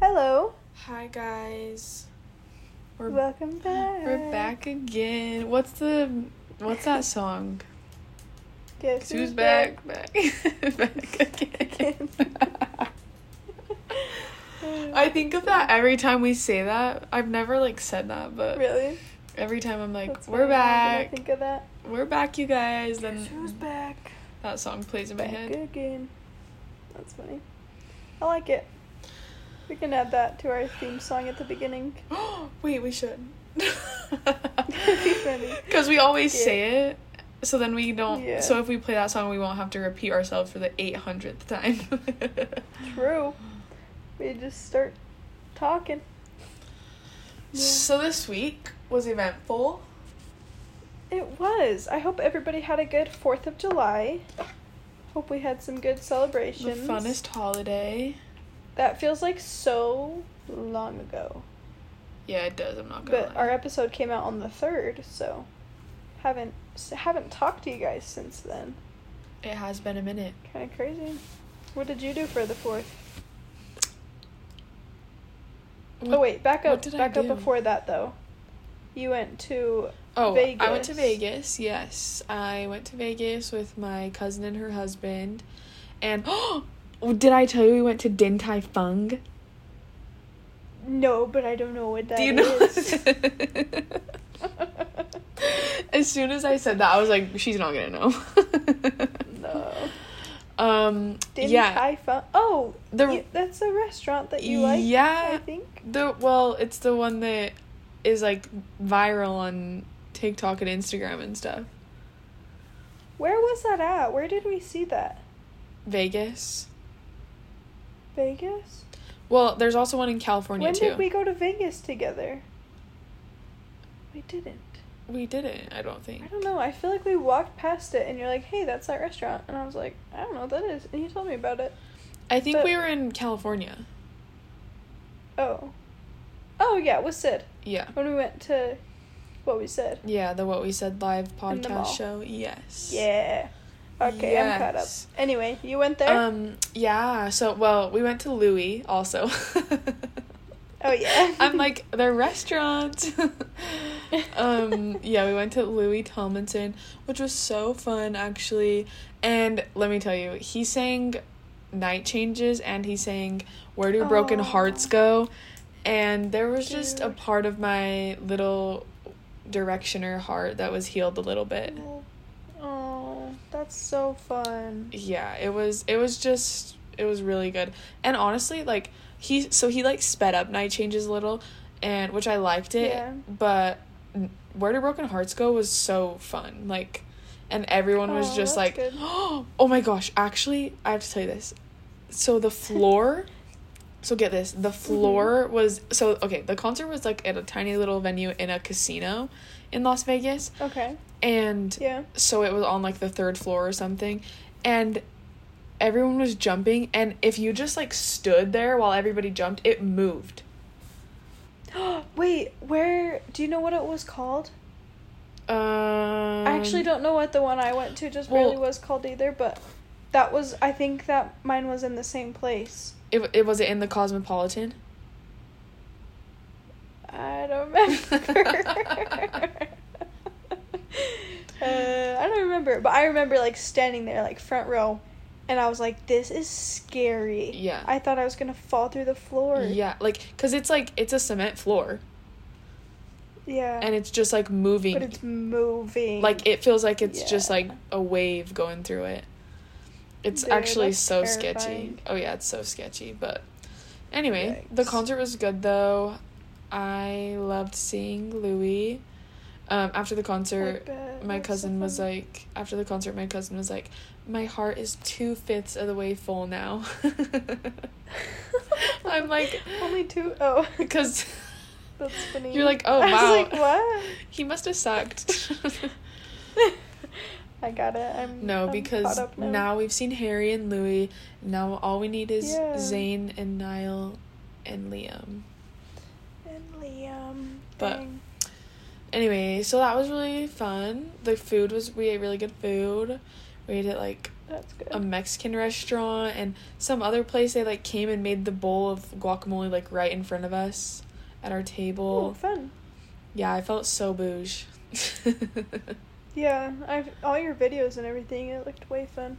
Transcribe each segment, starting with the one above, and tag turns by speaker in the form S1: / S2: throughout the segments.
S1: Hello.
S2: Hi guys. We're
S1: Welcome back.
S2: We're back again. What's the what's that song?
S1: Guess
S2: Cause who's back? Back. back again. I think of that every time we say that. I've never like said that, but
S1: Really?
S2: every time I'm like,
S1: That's
S2: "We're
S1: funny. I didn't
S2: back.
S1: think of that.
S2: We're back, you guys."
S1: Guess who's
S2: Then
S1: back?
S2: that song plays in my
S1: Back
S2: head.
S1: again. That's funny. I like it. We can add that to our theme song at the beginning.
S2: Wait, we should.
S1: Be funny.
S2: Because we always
S1: Yeah.
S2: say it, so then we don't.
S1: Yeah.
S2: So if we play that song, we won't have to repeat ourselves for the 800th time.
S1: True. We just start talking.
S2: So this week was eventful.
S1: It was. I hope everybody had a good 4th of July. Hope we had some good
S2: The
S1: celebrations.
S2: funnest holiday.
S1: That feels like so long ago.
S2: Yeah, it does. I'm not gonna.
S1: But
S2: lie.
S1: our episode came out on the 3rd, so haven't s- haven't talked to you guys since then.
S2: It has been a minute.
S1: Kind of crazy. What did you do for the 4th?
S2: What-
S1: oh wait, back
S2: what
S1: up
S2: did I
S1: back up
S2: do?
S1: before that though. You went to
S2: Oh, I went to
S1: Vegas.
S2: Vegas. Yes, I went to Vegas with my cousin and her husband, and oh, did I tell you we went to Din Tai Fung?
S1: No, but I don't know what that is.
S2: Do you know? as soon as I said that, I was like, she's not gonna know.
S1: no.
S2: Um.
S1: Din
S2: yeah.
S1: Tai Fung. Oh,
S2: The-
S1: you- that's a restaurant that you like.
S2: Yeah.
S1: I think.
S2: the well, it's the one that is like viral on TikTok and Instagram and stuff.
S1: Where was that at? Where did we see that?
S2: Vegas.
S1: Vegas.
S2: Well, there's also one in California
S1: when
S2: too.
S1: did we go to Vegas together? We didn't.
S2: We didn't. I don't think.
S1: I don't know. I feel like we walked past it, and you're like, "Hey, that's that restaurant," and I was like, "I don't know what that is," and you told me about it.
S2: I think
S1: but-
S2: we were in California.
S1: Oh. Oh yeah, with Sid
S2: Yeah.
S1: when we went to what we said.
S2: Yeah. The what we said live
S1: In the mall.
S2: podcast show. Yes.
S1: Yeah. Okay, I'm caught up.
S2: Yes.
S1: Anyway, you went there.
S2: Um. Yeah. So well, we went to Louis also.
S1: oh yeah.
S2: I'm like their restaurant. um yeah, we went to Louis Tomlinson, which was so fun actually. And let me tell you, he sang Night Changes and he sang Where Do Broken
S1: Aw.
S2: Hearts Go? And there was just a
S1: Dude.
S2: part of my little directioner heart that was healed a little bit.
S1: Oh, that's so fun.
S2: yeah it was it was just it was really good and honestly like he so he like sped up night changes a little and which i liked it
S1: Yeah.
S2: but n- where do broken hearts go was so fun like and everyone was
S1: Aw,
S2: just
S1: that's
S2: like
S1: good.
S2: oh my gosh actually i have to tell you this so the floor so get this
S1: Mm-hmm.
S2: the floor was so okay the concert was like at a tiny little venue in a casino in las vegas
S1: Okay.
S2: and
S1: Yeah.
S2: so it was on like the third floor or something and everyone was jumping and if you just like stood there while everybody jumped it moved
S1: Wait, where do you know what it was called?
S2: um,
S1: I actually don't know what the one I went to just
S2: well-
S1: barely was called either, but that was I think that mine was in the same place.
S2: it, it was it in the cosmopolitan
S1: I don't remember. uh, I don't remember, but I remember like standing there like front row and I was like this is scary.
S2: Yeah.
S1: I thought I was going to fall through the floor.
S2: yeah like because it's like it's a cement floor
S1: Yeah.
S2: and it's just like moving
S1: but it's moving.
S2: like it feels like it's just
S1: Yeah.
S2: like a wave going through it it's
S1: Dude,
S2: actually
S1: that's
S2: so sketchy
S1: terrifying.
S2: oh yeah it's so sketchy but anyway the
S1: Yikes.
S2: concert was good though i loved seeing louis um, after the concert
S1: bet.
S2: my
S1: That's so
S2: cousin was
S1: funny.
S2: like after the concert my cousin was like my heart is two-fifths of the way full now i'm like
S1: only two oh
S2: because
S1: that's funny
S2: You're like, oh,
S1: I
S2: wow.
S1: was like what
S2: he must have sucked
S1: I got it I'm
S2: No,
S1: I'm
S2: because
S1: caught
S2: now.
S1: up now.
S2: we've seen Harry and Louis. Now all we need is
S1: Yeah.
S2: Zayn and Niall and Liam.
S1: and Liam
S2: But-
S1: dang.
S2: Anyway, so that was really fun. The food was we ate really good food. We ate at like
S1: That's good.
S2: a Mexican restaurant and some other place. They like came and made the bowl of guacamole like right in front of us at our
S1: Ooh,
S2: table.
S1: fun.
S2: Yeah, I felt so bouge.
S1: Yeah, I've all your videos and everything. It looked way fun.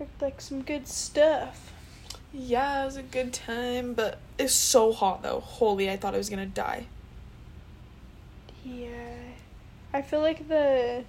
S1: Looked like some good stuff.
S2: yeah, it was a good time, but it's so hot though. Holy, I thought I was gonna die.
S1: Yeah, I feel like the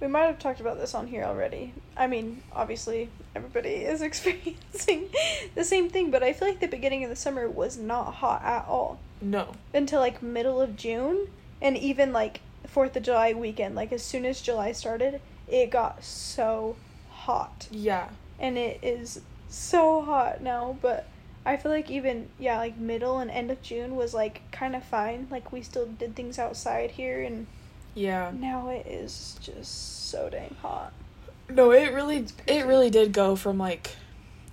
S1: we might have talked about this on here already. I mean, obviously everybody is experiencing the same thing, but I feel like the beginning of the summer was not hot at all
S2: No.
S1: until like middle of June and even like 4th of July weekend. Like as soon as July started, it got so hot.
S2: Yeah.
S1: and it is so hot now but i feel like even yeah like middle and end of june was like kind of fine like we still did things outside here and
S2: Yeah.
S1: now it is just so dang hot
S2: No, it really
S1: It's crazy.
S2: it really did go from like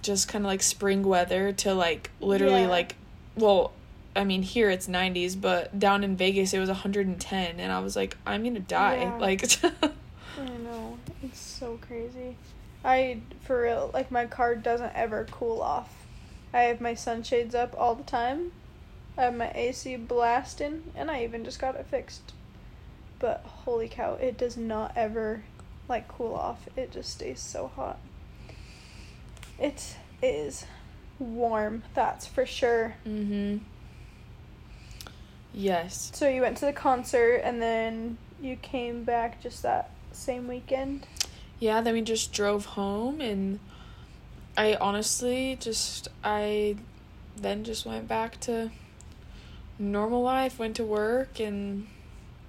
S2: just kind of like spring weather to like literally
S1: Yeah.
S2: like well, I mean here it's 90s, but down in Vegas it was 110 and I was like I'm going to die.
S1: Yeah.
S2: Like
S1: i know it's so crazy i for real like my car doesn't ever cool off i have my sunshades up all the time i have my ac blasting and i even just got it fixed but holy cow it does not ever like cool off it just stays so hot it is warm that's for sure
S2: Mhm. Yes.
S1: so you went to the concert and then you came back just that same weekend
S2: Yeah, then we just drove home and I honestly just I then just went back to normal life, went to work and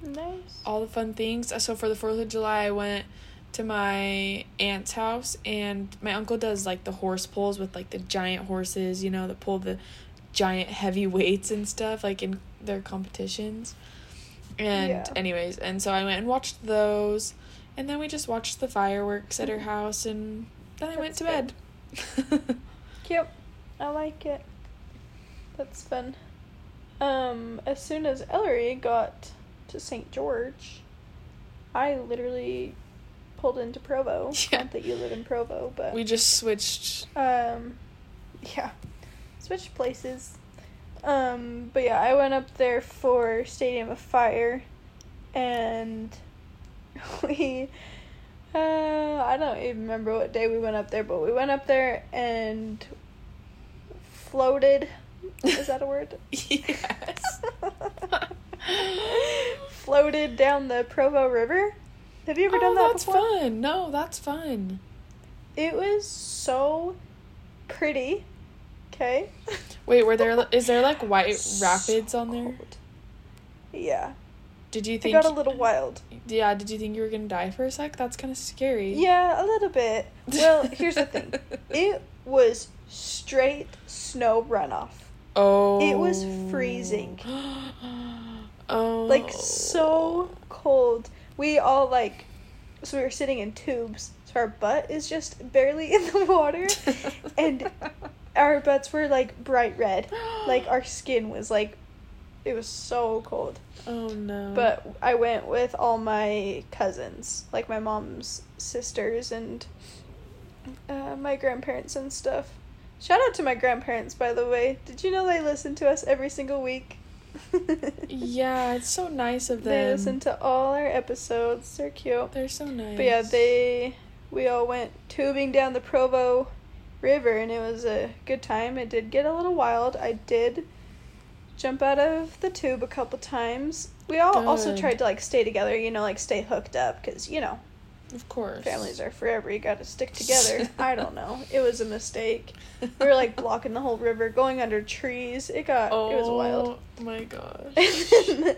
S1: nice
S2: all the fun things. Uh, So for the Fourth of July, I went to my aunt's house, and my uncle does like the horse pulls with like the giant horses, you know, that pull the giant heavy weights and stuff, like in their competitions. And
S1: Yeah.
S2: anyways, and so I went and watched those, and then we just watched the fireworks at her house, and then I went to
S1: That's
S2: bed.
S1: Cute. I like it. That's fun. Um, as soon as Ellery got to St. George, I literally pulled into Provo.
S2: Yeah.
S1: Not that you live in Provo, but
S2: we just switched.
S1: um, yeah, switched places. Um, but yeah, I went up there for Stadium of Fire, and we, uh, I don't even remember what day we went up there, but we went up there and floated. Is that a word?
S2: yes.
S1: floated down the Provo River. Have you ever
S2: oh,
S1: done that
S2: that's
S1: before?
S2: fun. No, that's fun.
S1: It was so pretty. Okay.
S2: Wait, were there is there like white rapids on there?
S1: Yeah.
S2: Did you
S1: It
S2: think
S1: got a little wild.
S2: Yeah, did you think you were going to die for a sec? That's kind of scary.
S1: Yeah, a little bit. Well, here's the thing. It was straight snow runoff.
S2: Oh.
S1: it was freezing.
S2: oh.
S1: Like so cold. We all like so we were sitting in tubes, so our butt is just barely in the water. and our butts were like bright red. Like our skin was like it was so cold.
S2: Oh no.
S1: But I went with all my cousins, like my mom's sisters and uh, my grandparents and stuff. Shout out to my grandparents, by the way. Did you know they listen to us every single week?
S2: yeah, it's so nice of them.
S1: They listen to all our episodes. They're cute.
S2: They're so nice.
S1: But yeah, they we all went tubing down the Provo River and it was a good time. It did get a little wild. I did jump out of the tube a couple times. We all also
S2: Good.
S1: tried to like stay together, you know, like stay hooked up cuz you know,
S2: of course.
S1: families are forever. You got to stick together. I don't know. It was a mistake. We were like blocking the whole river, going under trees. It got
S2: Oh,
S1: it was wild.
S2: my gosh. Oh.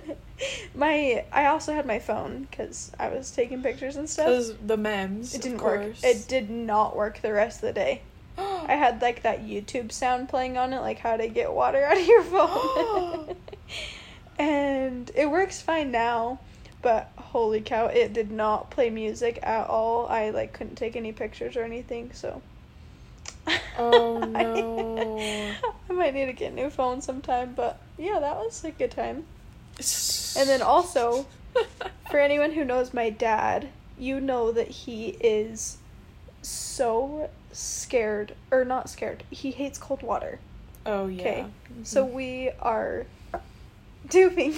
S1: my I also had my phone cuz I was taking pictures and stuff.
S2: Those the memes.
S1: It
S2: of
S1: didn't work.
S2: course.
S1: It did not work the rest of the day. I had like that YouTube sound playing on it, like how to get water out of your phone. and it works fine now, but holy cow, it did not play music at all. I like couldn't take any pictures or anything, so.
S2: Oh,
S1: I-
S2: no.
S1: I might need to get a new phone sometime, but yeah, that was a good time.
S2: and
S1: And then also, for anyone who knows my dad, you know that he is so scared or not scared. He hates cold water.
S2: Oh yeah.
S1: Okay.
S2: Mhm.
S1: So we are doing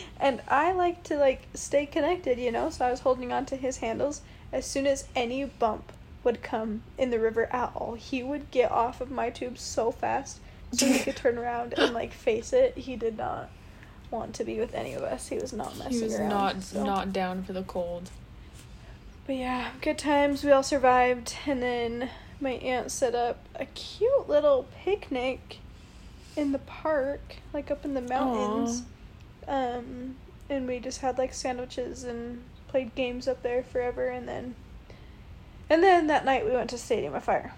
S1: and I like to like stay connected, you know, so I was holding on to his handles. As soon as any bump would come in the river at all, he would get off of my tube so fast so he could turn around and like face it. He did not want to be with any of us. He was not messing
S2: he was
S1: around.
S2: not
S1: so.
S2: not down for the cold.
S1: But yeah, good times. We all survived, and then my aunt set up a cute little picnic in the park, like up in the mountains. Um, and we just had like sandwiches and played games up there forever, and then, and then that night we went to Stadium of Fire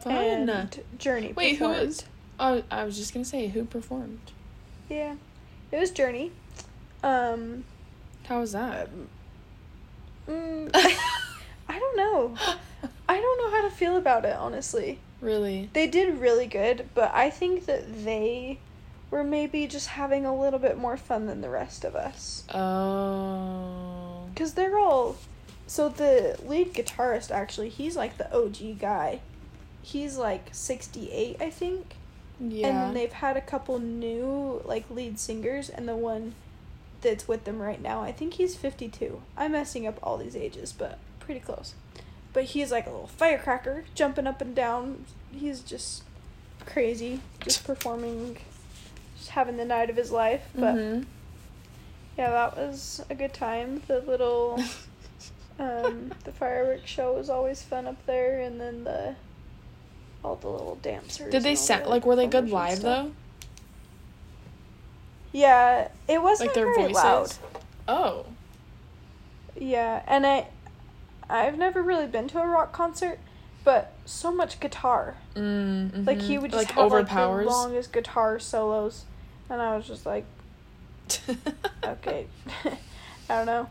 S2: Fun.
S1: and Journey.
S2: Wait, who
S1: performed.
S2: is? Oh, I was just gonna say who performed.
S1: Yeah, it was Journey. Um,
S2: How was that?
S1: mm, I don't know. I don't know how to feel about it honestly.
S2: really?
S1: They did really good, but I think that they were maybe just having a little bit more fun than the rest of us.
S2: Oh.
S1: Because they're all. So the lead guitarist, actually, he's like the OG guy. He's like 68, I think.
S2: Yeah.
S1: And then they've had a couple new, like, lead singers, and the one that's with them right now, I think he's 52. I'm messing up all these ages, but pretty close. But he's like a little firecracker, jumping up and down. He's just crazy, just performing, just having the night of his life. But
S2: Mhm.
S1: yeah, that was a good time. The
S2: Mm-hmm.
S1: little, um, the fireworks show was always fun up there, and then the. All the little dancers.
S2: Did they
S1: and all
S2: sound
S1: the
S2: like were they good
S1: performers and
S2: live
S1: stuff.
S2: though?
S1: Yeah, it wasn't
S2: Like their
S1: very
S2: voices?
S1: loud.
S2: Oh.
S1: Yeah, and I, I've never really been to a rock concert, but so much guitar.
S2: Mm,
S1: Like he
S2: mhm.
S1: would just
S2: like
S1: have like
S2: overpowers.
S1: the longest guitar solos, and I was just like, okay, I don't know.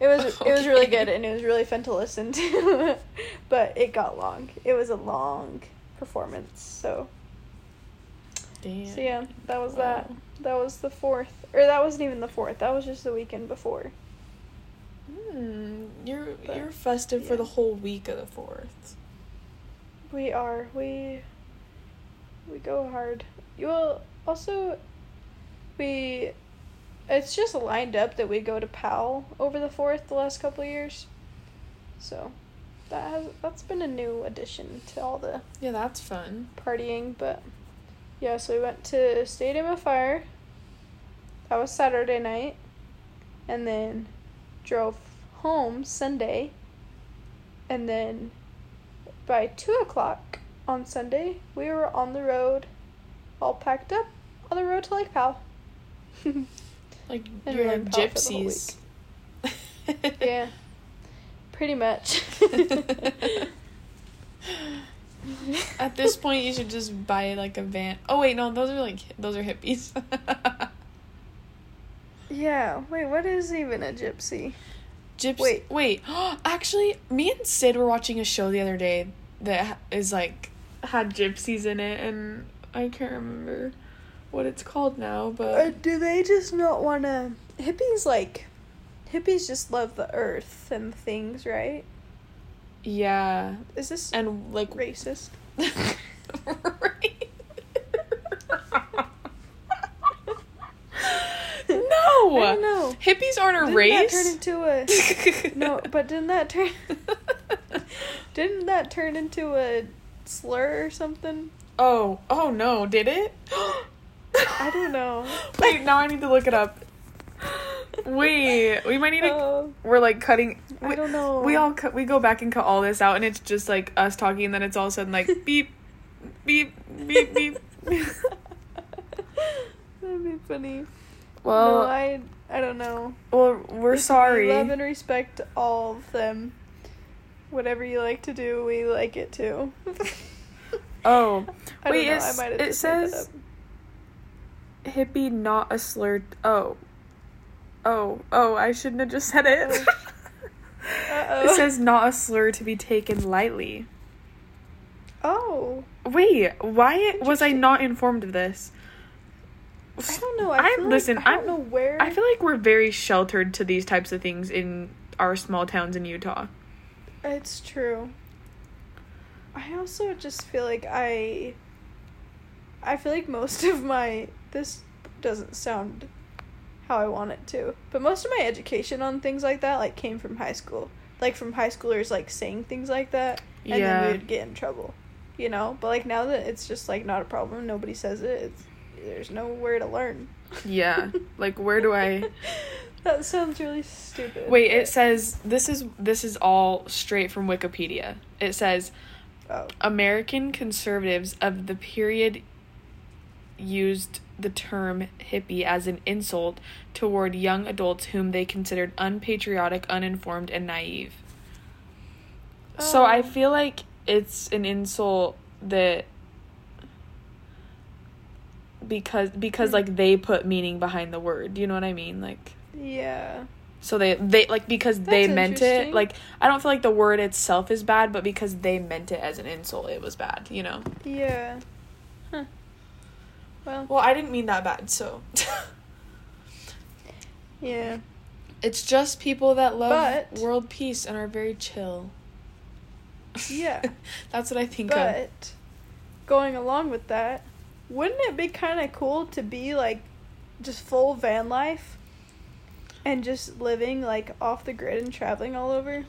S1: It was it was really
S2: Okay.
S1: good and it was really fun to listen to, but it got long. It was a long performance. So
S2: Damn.
S1: so yeah, that was that.
S2: Wow.
S1: That was the fourth, or that wasn't even the fourth. That was just the weekend before.
S2: Mm, you're
S1: But,
S2: you're festive for
S1: yeah.
S2: the whole week of the fourth.
S1: We are. We we go hard. You will also we it's just lined up that we go to Powell over the fourth the last couple of years. So that has that's been a new addition to all the
S2: Yeah, that's fun.
S1: partying, but yeah, so we went to Stadium of Fire. That was Saturday night. And then drove home Sunday. And then by two o'clock on Sunday, we were on the road, all packed up, on the road to Lake Powell.
S2: Like
S1: And
S2: you're
S1: we're
S2: like
S1: in Powell for the whole
S2: gypsies.
S1: yeah, pretty much.
S2: At this point, you should just buy like a van. Oh wait, no, those are like those are hippies.
S1: yeah, wait, what is even a gypsy?
S2: Gyps- wait,
S1: Wait.
S2: wait. Actually, me and Sid were watching a show the other day that ha- is like had gypsies in it, and I can't remember what it's called now.
S1: Uh,
S2: But
S1: do they just not want to? Hippies like, hippies just love the earth and things, right?
S2: yeah,
S1: Is this
S2: and like
S1: racist?
S2: Right. no.
S1: I don't know.
S2: Hippies aren't a
S1: Didn't that
S2: race.
S1: turn into a no? But didn't that turn? Didn't that turn into a slur or something?
S2: Oh, oh no, did it?
S1: I don't know.
S2: Wait, now I need to look it up. Wait, we might need to.
S1: Oh,
S2: we're like cutting.
S1: I
S2: we-
S1: don't know.
S2: We all cut. We go back and cut all this out, and it's just like us talking, and then it's all of a sudden like beep, beep, beep, beep.
S1: That'd be funny.
S2: Well,
S1: no, I I don't know.
S2: well, we're sorry.
S1: We love and respect all of them. Whatever you like to do, we like it too.
S2: Oh,
S1: I don't
S2: wait,
S1: know, I
S2: it's-
S1: might have
S2: it
S1: just made that
S2: says-
S1: up.
S2: hippie, not a slur. Oh, oh, oh! I shouldn't have just said it.
S1: Uh-oh.
S2: it says not a slur to be taken lightly.
S1: Oh,
S2: Wait, why was I not informed of this?
S1: I don't know. I,
S2: I-
S1: feel
S2: listen,
S1: Like, I don't
S2: I'm-
S1: know where.
S2: I feel like we're very sheltered to these types of things in our small towns in Utah.
S1: It's true. I also just feel like I I feel like most of my this doesn't sound how I want it to. But most of my education on things like that like came from high school. Like from high schoolers like saying things like that and then we
S2: Yeah.
S1: would get in trouble. You know? But like now that it's just like not a problem, nobody says it. It's, there's nowhere to learn.
S2: Yeah. Like where do I
S1: that sounds really stupid.
S2: Wait, it
S1: but-
S2: says this is this is all straight from Wikipedia. It says
S1: Oh.
S2: American conservatives of the period used the term hippie as an insult toward young adults whom they considered unpatriotic, uninformed, and naive. So I
S1: Um,
S2: feel like it's an insult that because because like they put meaning behind the word. Do you know what I mean? Like
S1: Yeah.
S2: so they they like because they
S1: That's
S2: meant
S1: interesting.
S2: it. Like I don't feel like the word itself is bad, but because they meant it as an insult, it was bad. You know.
S1: Yeah. Huh. Well,
S2: Well, I didn't mean that bad. So
S1: yeah.
S2: it's just people that love
S1: But-
S2: world peace and are very chill.
S1: Yeah.
S2: that's what I think of.
S1: But going along with that, wouldn't it be kind of cool to be like just full van life and just living like off the grid and traveling all over?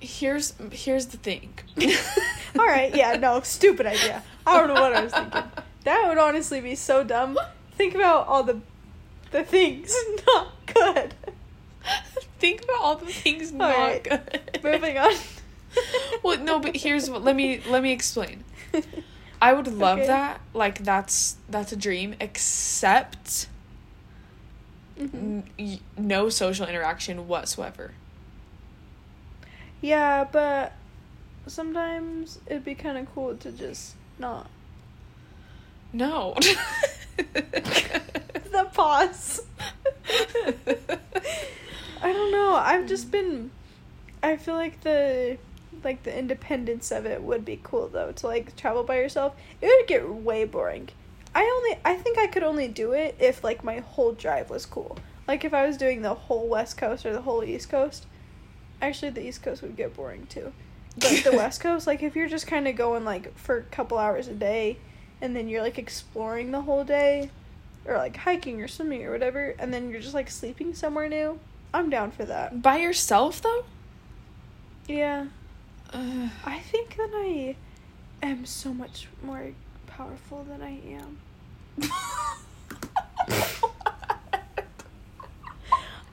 S2: Here's here's the thing.
S1: all right, yeah, no, stupid idea. I don't know what I was thinking. That would honestly be so dumb. Think about all the the things not good.
S2: Think about all the things
S1: All
S2: not
S1: right,
S2: good.
S1: Moving on.
S2: well, no, but here's what. Let me let me explain. I would love
S1: Okay.
S2: that. Like that's that's a dream. Except
S1: Mhm.
S2: n- y- no social interaction whatsoever.
S1: Yeah, but sometimes it'd be kind of cool to just not.
S2: No.
S1: The pause. I don't know. I've just been. I feel like the like the independence of it would be cool though to like travel by yourself. It would get way boring. I only I think I could only do it if like my whole drive was cool. Like if I was doing the whole West Coast or the whole East Coast. Actually, the East Coast would get boring too. But the West Coast, like if you're just kind of going like for a couple hours a day and then you're like exploring the whole day or like hiking or swimming or whatever and then you're just like sleeping somewhere new, I'm down for that.
S2: By yourself though.
S1: Yeah.
S2: Ugh.
S1: I think that I am so much more powerful than I am.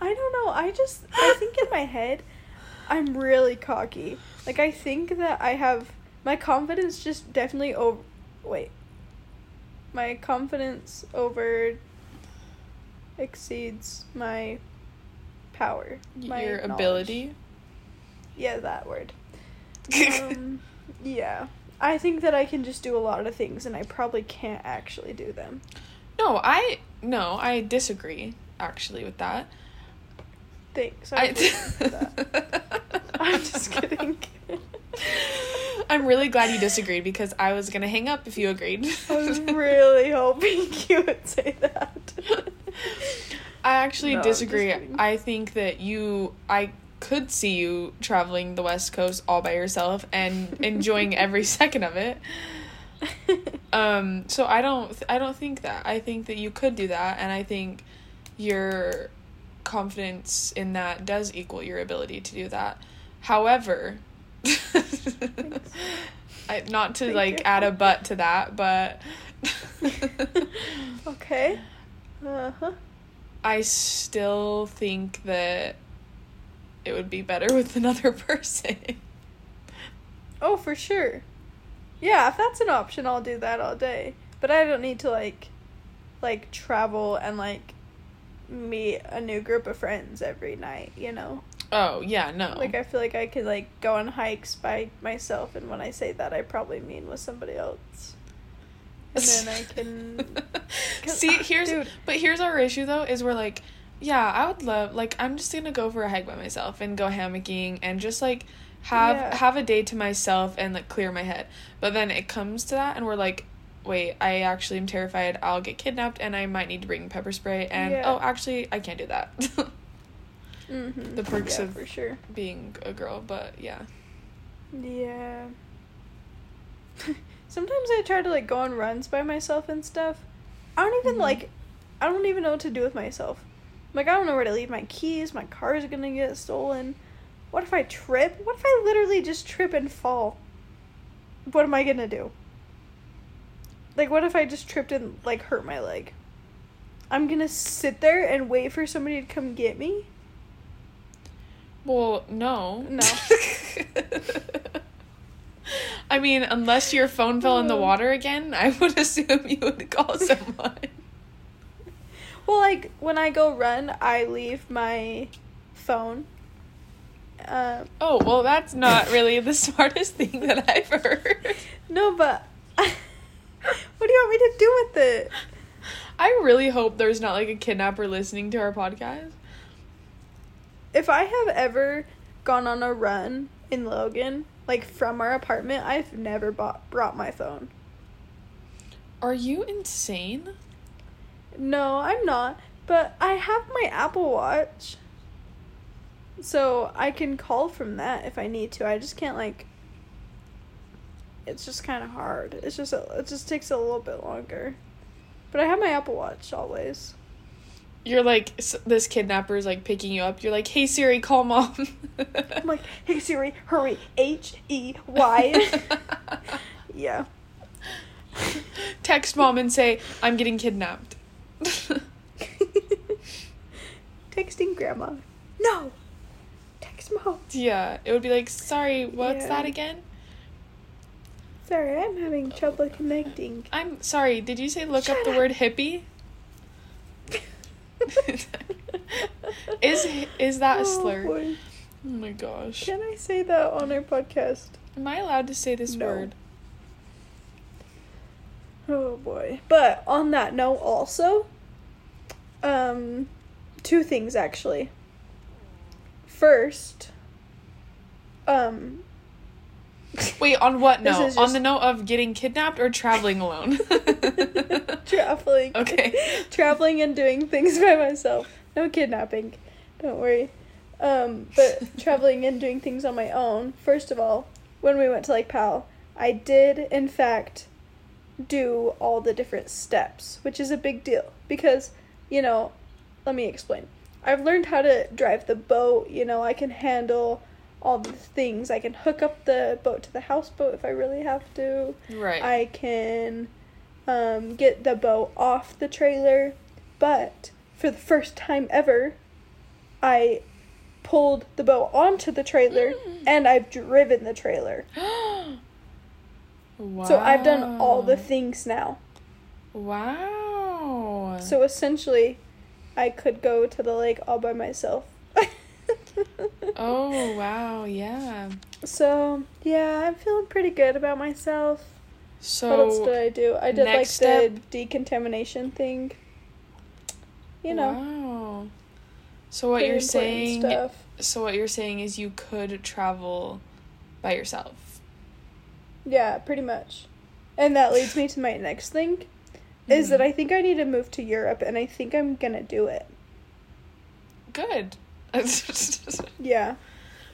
S1: I don't know. I just I think in my head I'm really cocky. Like I think that I have my confidence just definitely over wait. My confidence over exceeds my power. My
S2: your
S1: knowledge.
S2: ability.
S1: Yeah, that word. um, yeah. I think that I can just do a lot of things and I probably can't actually do them.
S2: no, I no, I disagree actually with that.
S1: Thanks. I
S2: I
S1: appreciate that. I'm just kidding.
S2: I'm really glad you disagreed because I was gonna hang up if you agreed.
S1: I was really hoping you would say that.
S2: I actually
S1: No, I'm just
S2: disagree.
S1: kidding.
S2: I think that you, I could see you traveling the West Coast all by yourself and enjoying every second of it. Um, so I don't, th- I don't think that. I think that you could do that, and I think your confidence in that does equal your ability to do that. However, I, not to
S1: Thank
S2: like
S1: you.
S2: add a but to that, but
S1: okay. Uh huh.
S2: I still think that it would be better with another person.
S1: Oh, for sure. Yeah, if that's an option, I'll do that all day. But I don't need to like, like travel and like meet a new group of friends every night. You know.
S2: Oh yeah, no.
S1: Like I feel like I could like go on hikes by myself, and when I say that, I probably mean with somebody else. And then I can. 'cause-
S2: see
S1: ah,
S2: here's
S1: dude.
S2: but here's our issue though is we're like yeah I would love like I'm just gonna go for a hike by myself and go hammocking and just like have
S1: Yeah.
S2: have a day to myself and like clear my head but then it comes to that and we're like wait I actually am terrified I'll get kidnapped and I might need to bring pepper spray and
S1: Yeah.
S2: oh actually I can't do that
S1: Mm-hmm.
S2: The perks
S1: yeah,
S2: of-
S1: for sure.
S2: being a girl, but yeah.
S1: Yeah. Sometimes I try to like go on runs by myself and stuff. I don't even
S2: Mhm.
S1: like I don't even know what to do with myself. Like I don't know where to leave my keys. My car is going to get stolen. What if I trip? What if I literally just trip and fall? What am I going to do? Like what if I just tripped and like hurt my leg? I'm going to sit there and wait for somebody to come get me?
S2: Well, no.
S1: No.
S2: I mean, unless your phone fell in the
S1: Oh.
S2: water again, I would assume you would call someone.
S1: Well, like when I go run, I leave my phone. Um,
S2: oh, well, that's not really the smartest thing that I've heard.
S1: no, but what do you want me to do with it?
S2: I really hope there's not like a kidnapper listening to our podcast.
S1: If I have ever gone on a run in Logan, like from our apartment, I've never bought, brought my phone.
S2: Are you insane?
S1: No, I'm not. But I have my Apple Watch. So I can call from that if I need to. I just can't like it's just kind of hard. It's just a, it just takes a little bit longer. But I have my Apple Watch always.
S2: You're like, s- this kidnapper is like picking you up. You're like, hey Siri, call mom.
S1: I'm like, "Hey Siri, hurry. H E Y." yeah.
S2: Text mom and say, I'm getting kidnapped.
S1: Texting grandma. No. Text mom.
S2: yeah, it would be like, sorry, what's
S1: Yeah.
S2: that again?
S1: Sorry, I'm having trouble connecting.
S2: I'm sorry, did you say look
S1: Shut
S2: up the
S1: up.
S2: word hippie? Is is that a
S1: Oh,
S2: slur? Oh,
S1: boy.
S2: my gosh.
S1: Can I say that on our podcast?
S2: Am I allowed to say this
S1: No.
S2: word?
S1: Oh boy. But on that note also, um two things actually. First, um
S2: Wait, on what
S1: This
S2: note?
S1: is
S2: On
S1: just-
S2: the note of getting kidnapped or traveling alone?
S1: traveling.
S2: Okay.
S1: traveling and doing things by myself. No kidnapping. Don't worry. Um, but traveling and doing things on my own. First of all, when we went to Lake Powell, I did in fact do all the different steps, which is a big deal because, you know, let me explain. I've learned how to drive the boat, you know, I can handle all the things. I can hook up the boat to the houseboat if I really have to.
S2: right.
S1: I can um, get the boat off the trailer, but for the first time ever, I pulled the boat onto the trailer
S2: Mm.
S1: and I've driven the trailer.
S2: wow.
S1: So I've done all the things now.
S2: Wow.
S1: So essentially, I could go to the lake all by myself.
S2: Oh wow, yeah.
S1: So yeah, I'm feeling pretty good about myself. what else did
S2: So
S1: I do? I did like
S2: next
S1: the
S2: step-
S1: decontamination thing. You know.
S2: Wow. So what
S1: pretty
S2: you're
S1: important
S2: saying
S1: stuff.
S2: so what you're saying is you could travel by yourself.
S1: Yeah, pretty much. And that leads me to my next thing is that
S2: Mhm.
S1: I think I need to move to Europe and I think I'm going to do it.
S2: Good.
S1: Yeah.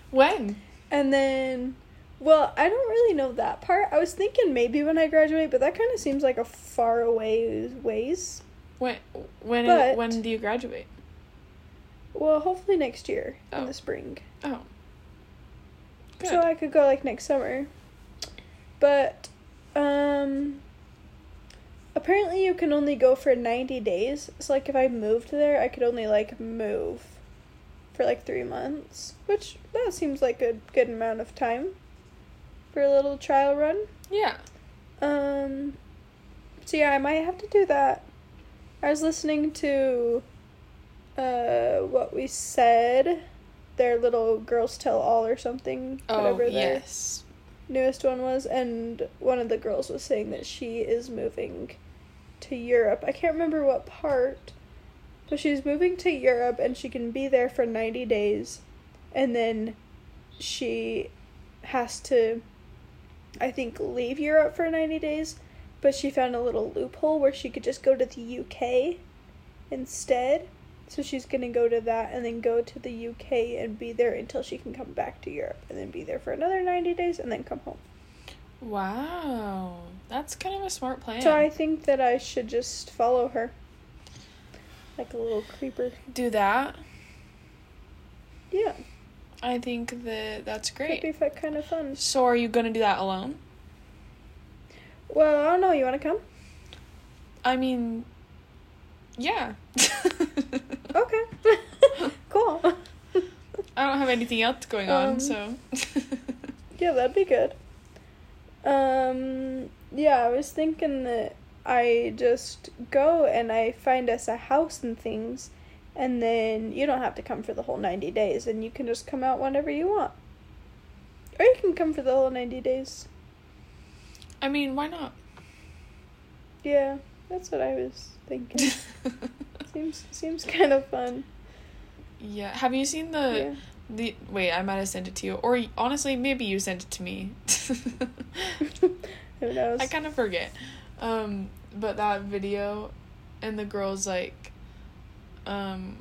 S2: when?
S1: And then well, I don't really know that part. I was thinking maybe when I graduate, but that kind of seems like a far away ways.
S2: When when
S1: But-
S2: when do you graduate?
S1: Well, hopefully next year in
S2: Oh.
S1: the spring.
S2: Oh. Good.
S1: So I could go like next summer. But um apparently you can only go for 90 days. So like if I moved there, I could only like move for like 3 months, which that seems like a good amount of time for a little trial run.
S2: yeah.
S1: Um so yeah, I might have to do that. I was listening to uh what we said their little girls tell all or something
S2: Oh
S1: whatever their
S2: yes.
S1: newest one was, and one of the girls was saying that she is moving to Europe. I can't remember what part, but she's moving to Europe and she can be there for 90 days, and then she has to, I think, leave Europe for 90 days. But she found a little loophole where she could just go to the UK instead. So she's gonna go to that and then go to the UK and be there until she can come back to Europe and then be there for another 90 days and then come home.
S2: Wow. That's kind of a smart plan.
S1: So I think that I should just follow her. Like a little creeper.
S2: Do that.
S1: Yeah.
S2: I think that that's
S1: Could be
S2: great.
S1: fi- kind of fun.
S2: So are you going to do that alone?
S1: Well, I don't know. You wanna come?
S2: I mean, yeah.
S1: Okay. cool.
S2: I don't have anything else going
S1: Um,
S2: on, so.
S1: Yeah, that'd be good. Um, yeah, I was thinking that I just go and I find us a house and things, and then you don't have to come for the whole 90 days, and you can just come out whenever you want. Or you can come for the whole 90 days.
S2: I mean, why not?
S1: Yeah, that's what I was thinking. seems seems kind of fun.
S2: yeah. Have you seen the
S1: Yeah.
S2: the wait, I might have sent it to you or y- honestly, maybe you sent it to me.
S1: Who knows?
S2: I kind of forget. Um but that video and the girls like um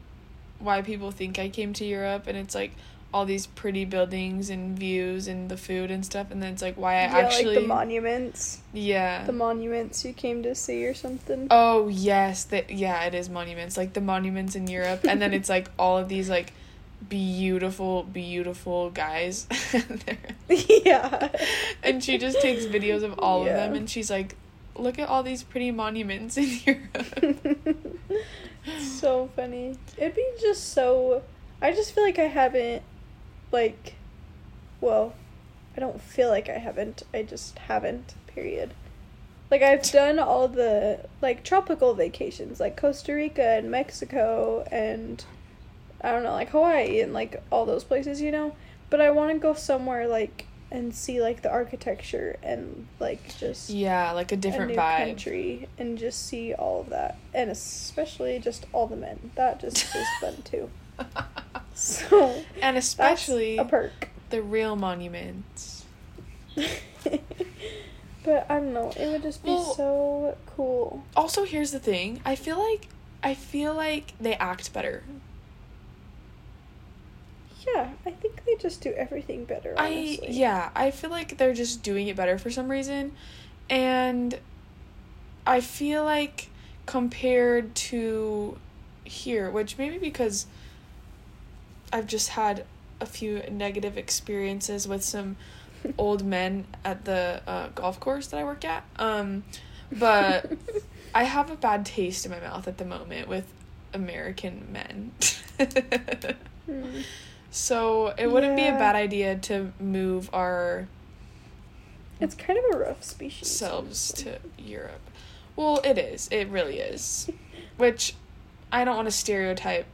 S2: why people think I came to Europe and it's like all these pretty buildings and views and the food and stuff and then it's like why I
S1: yeah,
S2: actually
S1: like the monuments.
S2: yeah
S1: The monuments you came to see or something.
S2: Oh yes, that yeah, it is monuments like the monuments in Europe, and then it's like all of these like beautiful, beautiful guys, And they're-
S1: yeah.
S2: and she just takes videos of all
S1: Yeah.
S2: of them, and she's like, "Look at all these pretty monuments in Europe."
S1: so funny. It'd be just so. I just feel like I haven't, like, well, I don't feel like I haven't. I just haven't. Period. Like I've done all the like tropical vacations, like Costa Rica and Mexico and I don't know, like Hawaii and like all those places, you know. But I want to go somewhere like and see like the architecture and like just
S2: yeah, like a different
S1: a new
S2: vibe.
S1: country and just see all of that and especially just all the men that just is fun too so
S2: and
S1: that's
S2: especially
S1: a perk
S2: the real monuments.
S1: but i don't know it would just be
S2: Well-
S1: so cool
S2: Also, here's the thing: I feel like I feel like they act better.
S1: yeah i think they just do everything better honestly.
S2: I yeah, I feel like they're just doing it better for some reason. And I feel like compared to here, which maybe because I've just had a few negative experiences with some old men at the uh, golf course that I work at. Um but I have a bad taste in my mouth at the moment with American men.
S1: Hmm.
S2: So it wouldn't be
S1: Yeah.
S2: a bad idea to move our
S1: it's kind of a rough species
S2: selves
S1: honestly.
S2: to Europe. Well, it is. It really is. Which I don't want to stereotype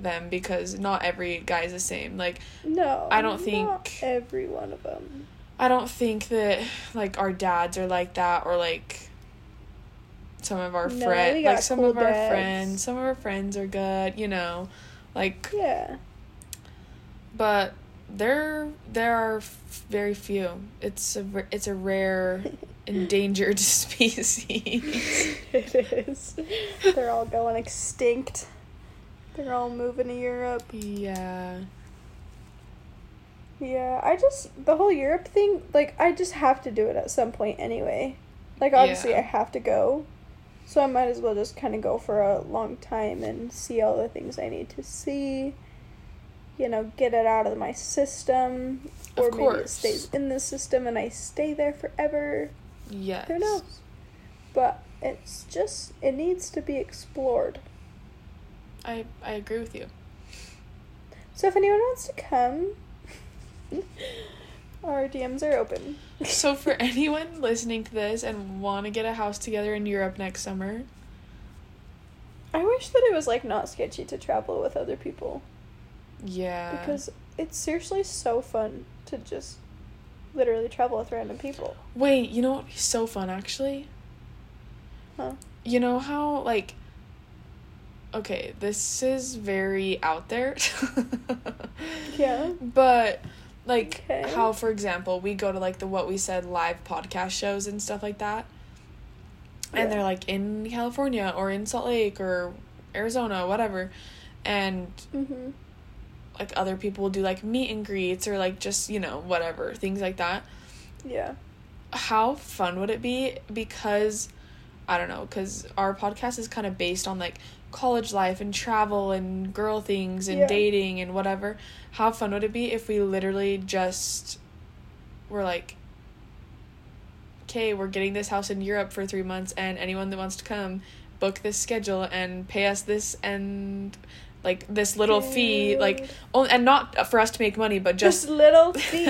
S2: them because not every guy is the same. Like
S1: no
S2: I don't
S1: not
S2: think-
S1: every one of them
S2: I don't think that like our dads are like that or like some of our
S1: No, we
S2: friends
S1: got
S2: like some
S1: cool
S2: of our
S1: dads.
S2: friends some of our friends are good, you know. Like
S1: yeah
S2: but there there are f- very few. It's a r- it's a rare endangered species.
S1: it is. They're all going extinct. They're all moving to Europe.
S2: yeah.
S1: Yeah, I just the whole Europe thing, like I just have to do it at some point anyway. Like obviously
S2: Yeah.
S1: I have to go. So I might as well just kind of go for a long time and see all the things I need to see. You know, get it out of my system
S2: Of
S1: or maybe it
S2: course.
S1: stays in the system and I stay there forever.
S2: Yes.
S1: Who knows? But it's just it needs to be explored.
S2: I I agree with you.
S1: So if anyone wants to come, our DMs are open.
S2: So for anyone listening to this and want to get a house together in Europe next summer,
S1: I wish that it was like not sketchy to travel with other people
S2: yeah.
S1: because it's seriously so fun to just literally travel with random people.
S2: wait, you know what? would be so fun actually.
S1: Huh?
S2: You know how like okay, this is very out there.
S1: Yeah.
S2: But like
S1: Okay.
S2: how for example, we go to like the what we said live podcast shows and stuff like that. And
S1: Yeah.
S2: they're like in California or in Salt Lake or Arizona, whatever. and
S1: Mm-hmm.
S2: like other people will do like meet and greets or like just you know whatever things like that
S1: Yeah.
S2: how fun would it be because i don't know because our podcast is kind of based on like college life and travel and girl things and
S1: Yeah.
S2: dating and whatever how fun would it be if we literally just were like okay we're getting this house in europe for three months and anyone that wants to come book this schedule and pay us this and like this little fee like
S1: Dude.
S2: oh, and not for us to make money but
S1: Just
S2: just
S1: little fee.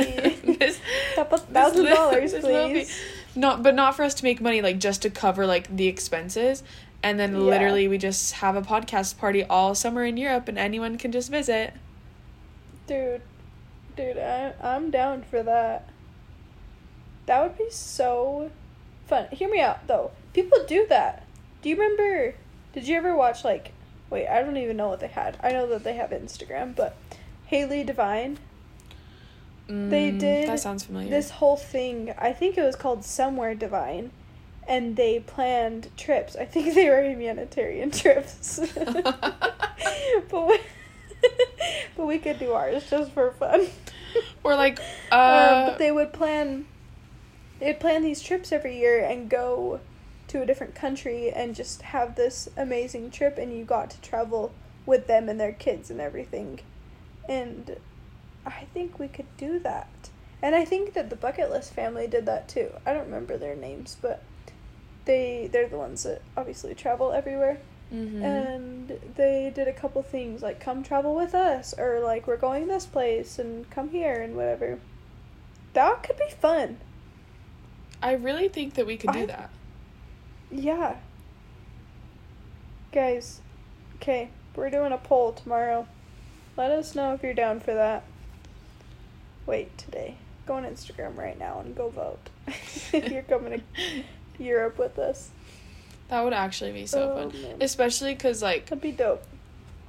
S2: This-
S1: Couple
S2: this
S1: thousand
S2: little-
S1: dollars,
S2: this little fee.
S1: please.
S2: Not, but not for us to make money, like just to cover like the expenses, and then
S1: Yeah.
S2: literally we just have a podcast party all summer in Europe, and anyone can just visit.
S1: Dude, dude, I, I'm down for that. That would be so fun. Hear me out, though. People do that. Do you remember? Did you ever watch, like, wait, I don't even know what they had. I know that they have Instagram, but Haley Divine, They
S2: Mm,
S1: did
S2: That sounds familiar.
S1: this whole thing, I think it was called Somewhere Divine, and they planned trips. I think they were humanitarian trips. but, we, but we could do ours just for fun.
S2: Or like, uh,
S1: Um, but they would plan. They'd plan these trips every year and go to a different country and just have this amazing trip, and you got to travel with them and their kids and everything. And I think we could do that. And I think that the Bucket List family did that too. I don't remember their names, but they they're the ones that obviously travel everywhere
S2: Mhm.
S1: and they did a couple things like come travel with us or like we're going this place and come here and whatever that could be fun
S2: I really think that we could do
S1: I-
S2: that.
S1: yeah guys okay we're doing a poll tomorrow let us know if you're down for that wait today go on instagram right now and go vote if you're coming to europe with us
S2: That would actually be so
S1: Oh,
S2: fun,
S1: man.
S2: especially because like
S1: that'd be dope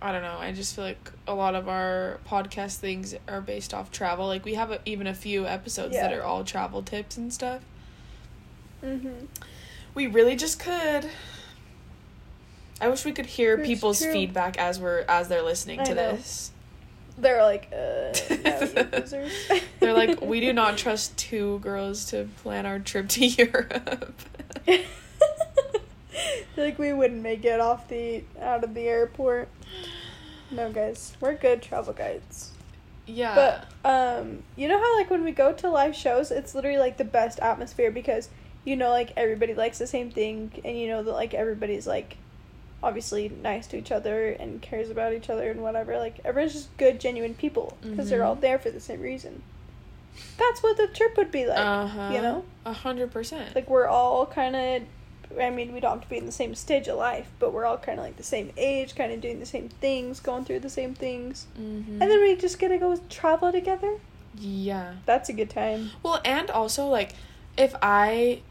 S2: I don't know. I just feel like a lot of our podcast things are based off travel. Like we have a, even a few episodes that
S1: Yeah.
S2: are all travel tips and stuff.
S1: mm-hmm
S2: We really just could. I wish we could hear
S1: It's
S2: people's
S1: true.
S2: feedback as we're as they're listening
S1: I
S2: to
S1: know.
S2: this.
S1: they're like uh no, you losers.
S2: They're like, we do not trust two girls to plan our trip to Europe.
S1: like we wouldn't make it off the out of the airport. No, guys, we're good travel guides.
S2: yeah.
S1: But um, you know how like when we go to live shows, it's literally like the best atmosphere because you know like everybody likes the same thing, and you know that like everybody's like obviously nice to each other and cares about each other and whatever. Like everyone's just good, genuine people because they're
S2: Mhm.
S1: all there for the same reason. That's what the trip would be like.
S2: uh-huh.
S1: you know?
S2: A hundred percent.
S1: like we're all kind of i mean we don't have to be in the same stage of life but we're all kind of like the same age kind of doing the same things going through the same things
S2: Mhm.
S1: and then we just gonna go travel together
S2: yeah.
S1: that's a good time
S2: Well, and also like if I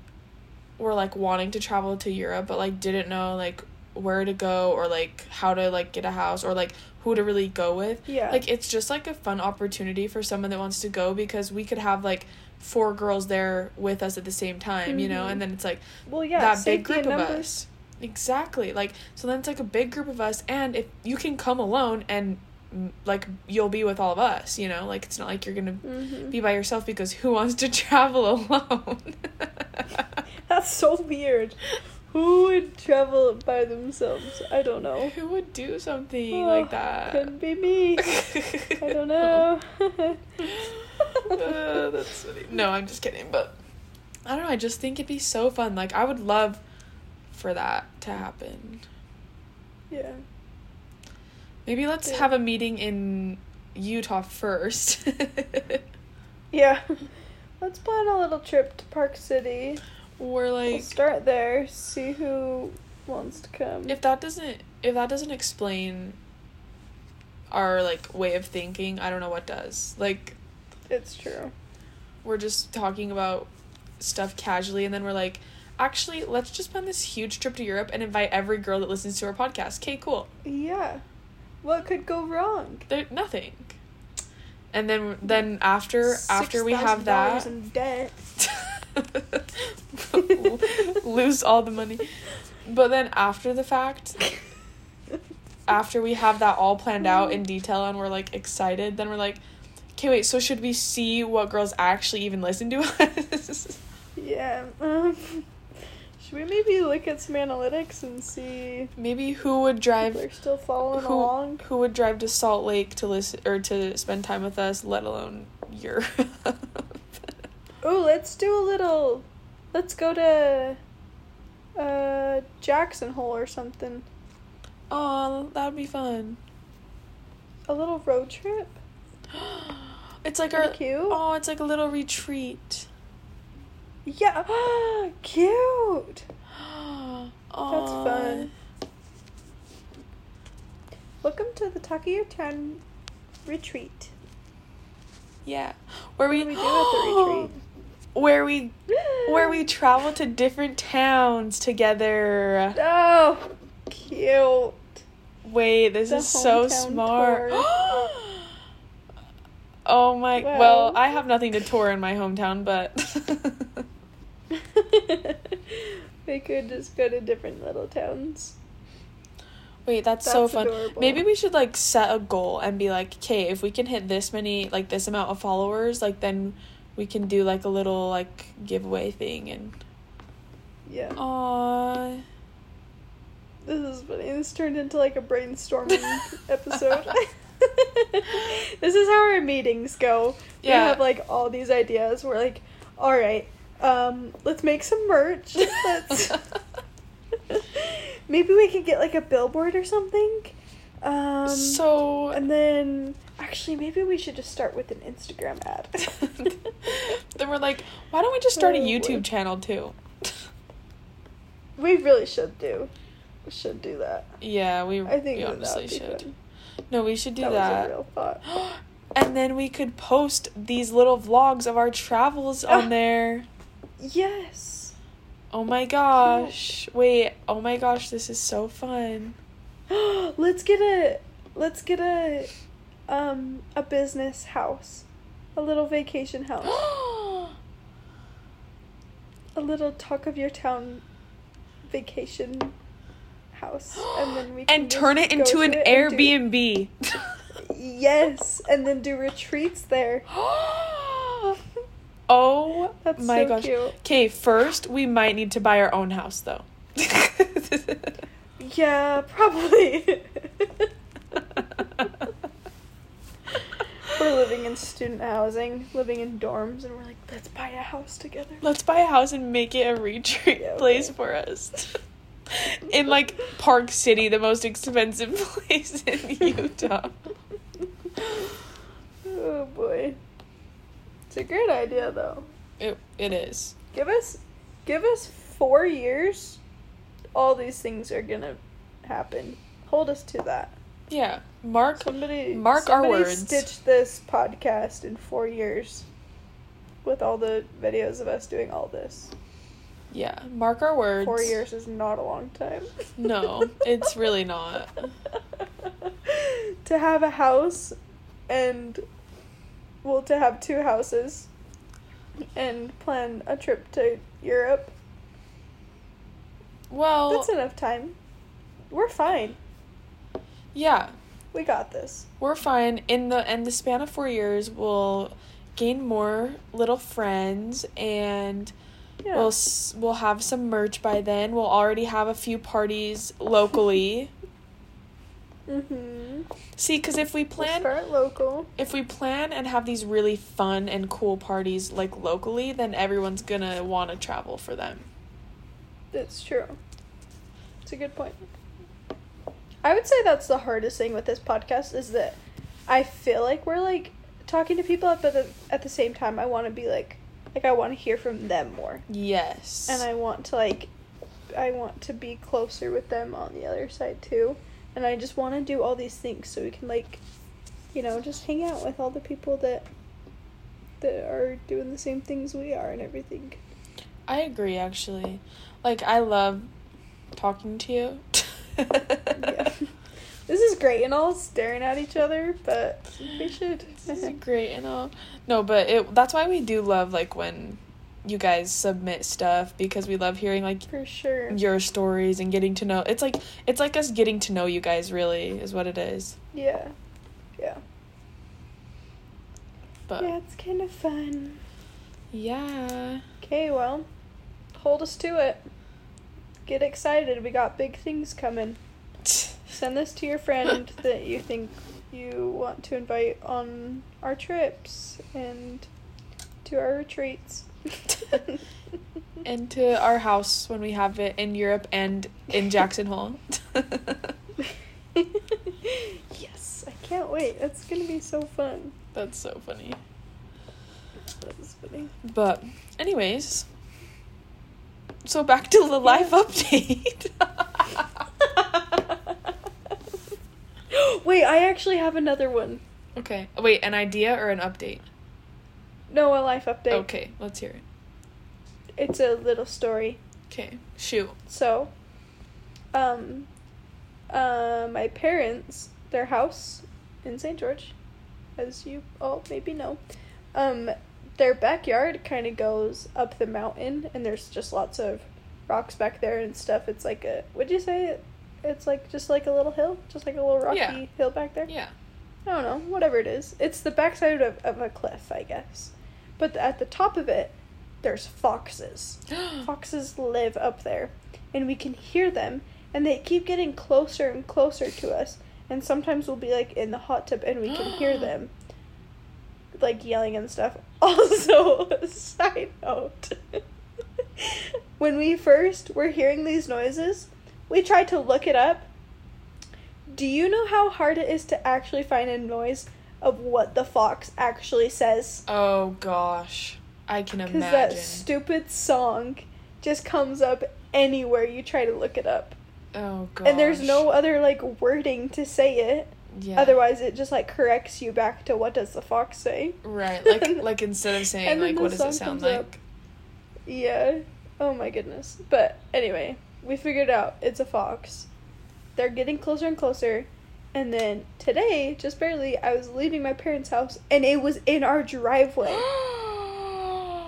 S2: were like wanting to travel to Europe but like didn't know like where to go or like how to like get a house or like who to really go with.
S1: Yeah.
S2: Like it's just like a fun opportunity for someone that wants to go because we could have like four girls there with us at the same time, you know,
S1: Mhm.
S2: and then it's like
S1: well yeah
S2: that big
S1: safety
S2: group
S1: and
S2: of
S1: numbers.
S2: us. Exactly. Like so then it's like a big group of us and if you can come alone and mm, like you'll be with all of us, you know? Like it's not like you're going to
S1: Mhm.
S2: be by yourself because who wants to travel alone?
S1: that's so weird who would travel by themselves i don't know
S2: who would do something
S1: Oh,
S2: like that?
S1: couldn't be me i don't know
S2: Uh, that's funny. No, I'm just kidding. But I don't know. I just think it'd be so fun. Like I would love for that to happen.
S1: yeah
S2: Maybe let's
S1: Yeah.
S2: have a meeting in Utah first.
S1: yeah let's plan a little trip to park city
S2: or
S1: We'll
S2: like
S1: start there. See who wants to come.
S2: if that doesn't if that doesn't explain our like way of thinking, I don't know what does. Like
S1: it's true.
S2: we're just talking about stuff casually and then we're like actually let's just plan this huge trip to europe and invite every girl that listens to our podcast okay cool
S1: Yeah. What could go wrong?
S2: there nothing and then then after after we
S1: $6,000
S2: have that
S1: in debt.
S2: lose all the money but then after the fact after we have that all planned out in detail and we're like excited, then we're like, okay, wait, so should we see what girls actually even listen to us?
S1: Yeah. Um, should we maybe look at some analytics and see
S2: Maybe who would
S1: if
S2: drive
S1: they're still following
S2: who,
S1: along?
S2: who would drive to Salt Lake to listen or to spend time with us, let alone Europe?
S1: Oh, let's do a little. Let's go to uh Jackson Hole or something.
S2: oh, that'd be fun.
S1: A little road trip.
S2: It's like
S1: Pretty
S2: our
S1: cute.
S2: oh, it's like a little retreat.
S1: Yeah. Cute.
S2: That's
S1: fun. Welcome to the Talk of Your Town retreat.
S2: Yeah, where we,
S1: What do we do at the retreat?
S2: where we where we travel to different towns together.
S1: Oh, cute.
S2: Wait, this
S1: The
S2: is so
S1: hometown
S2: smart.
S1: tour.
S2: oh my! Well,
S1: Well.
S2: I have nothing to tour in my hometown, but
S1: we could just go to different little towns.
S2: wait, that's, so
S1: That's
S2: fun.
S1: adorable.
S2: Maybe we should like set a goal and be like, okay, if we can hit this many, like this amount of followers, like then we can do like a little like giveaway thing and
S1: Yeah.
S2: Oh. Aw.
S1: This is funny. This turned into like a brainstorming episode. this is how our meetings go.
S2: Yeah.
S1: We have like all these ideas. We're like, all right, um, let's make some merch. Let's um, maybe we could get like a billboard or something. Um,
S2: so
S1: and then actually maybe we should just start with an Instagram ad.
S2: then we're like, why don't we just start a
S1: Oh,
S2: YouTube
S1: boy.
S2: channel too?
S1: we really should do. We should do that.
S2: yeah, we
S1: I think
S2: Mm-hmm. we
S1: that that
S2: honestly
S1: would be
S2: should.
S1: fun.
S2: No, we should do
S1: That, was a
S2: that.
S1: real thought.
S2: and then we could post these little vlogs of our travels
S1: Ah.
S2: on there.
S1: Yes.
S2: Oh my gosh. Wait, oh my gosh, this is so fun.
S1: let's get a let's get a um a business house. A little vacation house. a little talk of your town vacation house. And then we can
S2: and turn
S1: just
S2: it
S1: go
S2: into
S1: to
S2: an
S1: it and do-
S2: Airbnb.
S1: yes, and then do retreats there.
S2: oh
S1: That's
S2: my
S1: so
S2: gosh.
S1: cute.
S2: Okay, first we might need to buy our own house though.
S1: Yeah, probably. we're living in student housing, living in dorms, and we're like, let's buy a house together.
S2: Let's buy a house and make it a retreat
S1: Yeah,
S2: place
S1: okay.
S2: for us. in like Park City, the most expensive place in Utah.
S1: Oh boy. It's a great idea though.
S2: It, it is.
S1: Give us give us 4 years. All these things are going to happen. Hold us to that.
S2: Yeah. Mark
S1: Somebody
S2: Mark our
S1: somebody
S2: words.
S1: Stitch this podcast in 4 years with all the videos of us doing all this.
S2: yeah, mark our words.
S1: 4 years is not a long time.
S2: No, it's really not.
S1: to have a house and well to have two houses and plan a trip to Europe.
S2: Well,
S1: That's enough time. We're fine.
S2: yeah.
S1: We got this.
S2: We're fine. In the in the span of four years, we'll gain more little friends, and
S1: Yeah.
S2: we'll s- we'll have some merch by then. We'll already have a few parties locally.
S1: mm-hmm.
S2: See, because if we plan,
S1: We'll start local.
S2: if we plan and have these really fun and cool parties like locally, then everyone's gonna want to travel for them.
S1: That's true. It's a good point. I would say that's the hardest thing with this podcast is that I feel like we're like talking to people, but at the- at the same time, I want to be like, like I want to hear from them more,
S2: Yes.
S1: and I want to like, I want to be closer with them on the other side too, and I just want to do all these things so we can like, you know, just hang out with all the people that that are doing the same things we are and everything.
S2: I agree actually. Like I love talking to you.
S1: yeah. This is great and all staring at each other, but we should.
S2: This is great and all. No, but it that's why we do love like when you guys submit stuff because we love hearing like
S1: for sure.
S2: your stories and getting to know. It's like it's like us getting to know you guys really is what it is.
S1: Yeah. Yeah.
S2: But
S1: Yeah, it's kind of fun.
S2: yeah.
S1: Okay, well, hold us to it. Get excited. We got big things coming. Send this to your friend that you think you want to invite on our trips and to our retreats.
S2: and to our house when we have it in Europe and in Jackson Hole.
S1: yes, I can't wait. That's gonna be so fun.
S2: That's so funny.
S1: That was funny.
S2: But anyways, so back to the life update.
S1: Wait, I actually have another one.
S2: okay. Wait, an idea or an update?
S1: No, a life update.
S2: Okay, let's hear it.
S1: It's a little story.
S2: Okay. Shoot.
S1: So, um, uh, my parents, their house in St. George, as you all maybe know, um, their backyard kind of goes up the mountain, and there's just lots of rocks back there and stuff. It's like a, would you say it? It's like just like a little hill, just like a little rocky
S2: Yeah.
S1: hill back there.
S2: Yeah.
S1: I don't know, whatever it is. It's the backside of, of a cliff, I guess. But at the top of it, there's foxes foxes live up there and we can hear them and they keep getting closer and closer to us and sometimes we'll be like in the hot tub and we can hear them like yelling and stuff also side note when we first were hearing these noises we tried to look it up do you know how hard it is to actually find a noise of what the fox actually says
S2: Oh gosh. I can imagine.
S1: because that stupid song just comes up anywhere you try to look it up.
S2: oh gosh.
S1: And there's no other like wording to say it.
S2: yeah.
S1: Otherwise it just like corrects you back to what does the fox say?
S2: Right. Like like instead of saying
S1: And then
S2: like
S1: the
S2: what does
S1: song
S2: it sound
S1: comes up.
S2: like?
S1: Yeah. Oh my goodness. But anyway, we figured out it's a fox. They're getting closer and closer. And then today, just barely, I was leaving my parents' house and it was in our driveway.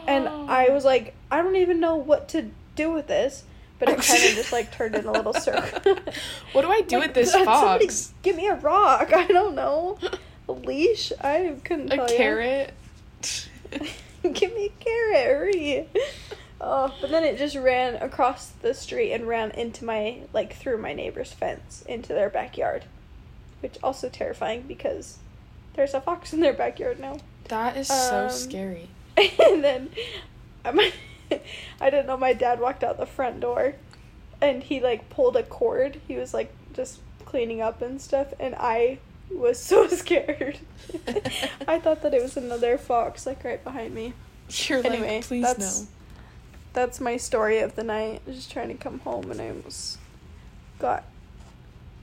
S1: and I was like, I don't even know what to do with this, but it kind of just like turned in a little circle.
S2: What do I do
S1: Like,
S2: with this
S1: "Dad, somebody
S2: fox?
S1: give me a rock. I don't know. A leash? I couldn't
S2: A
S1: tell you.
S2: carrot?
S1: give me a carrot. Hurry. Oh, but then it just ran across the street and ran into my like through my neighbor's fence into their backyard, which also terrifying because there's a fox in their backyard now.
S2: that is so
S1: Um,
S2: scary.
S1: and then um, I didn't know my dad walked out the front door and he like pulled a cord. He was like just cleaning up and stuff and I was so scared. I thought that it was another fox like right behind me.
S2: You're
S1: Anyway,
S2: like, please
S1: that's-
S2: no.
S1: That's my story of the night. I was just trying to come home and I almost got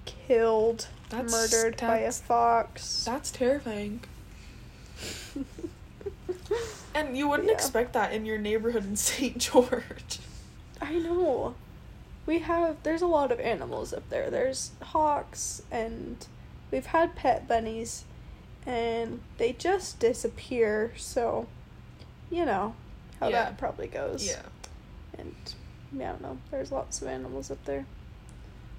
S1: killed,
S2: That's
S1: murdered by a
S2: that's-
S1: fox.
S2: That's terrifying. and you wouldn't
S1: Yeah.
S2: expect that in your neighborhood in St. George.
S1: I know. We have there's a lot of animals up there. There's hawks and we've had pet bunnies and they just disappear, so you know how
S2: Yeah.
S1: that probably goes.
S2: Yeah.
S1: And yeah, I don't know. There's lots of animals up there.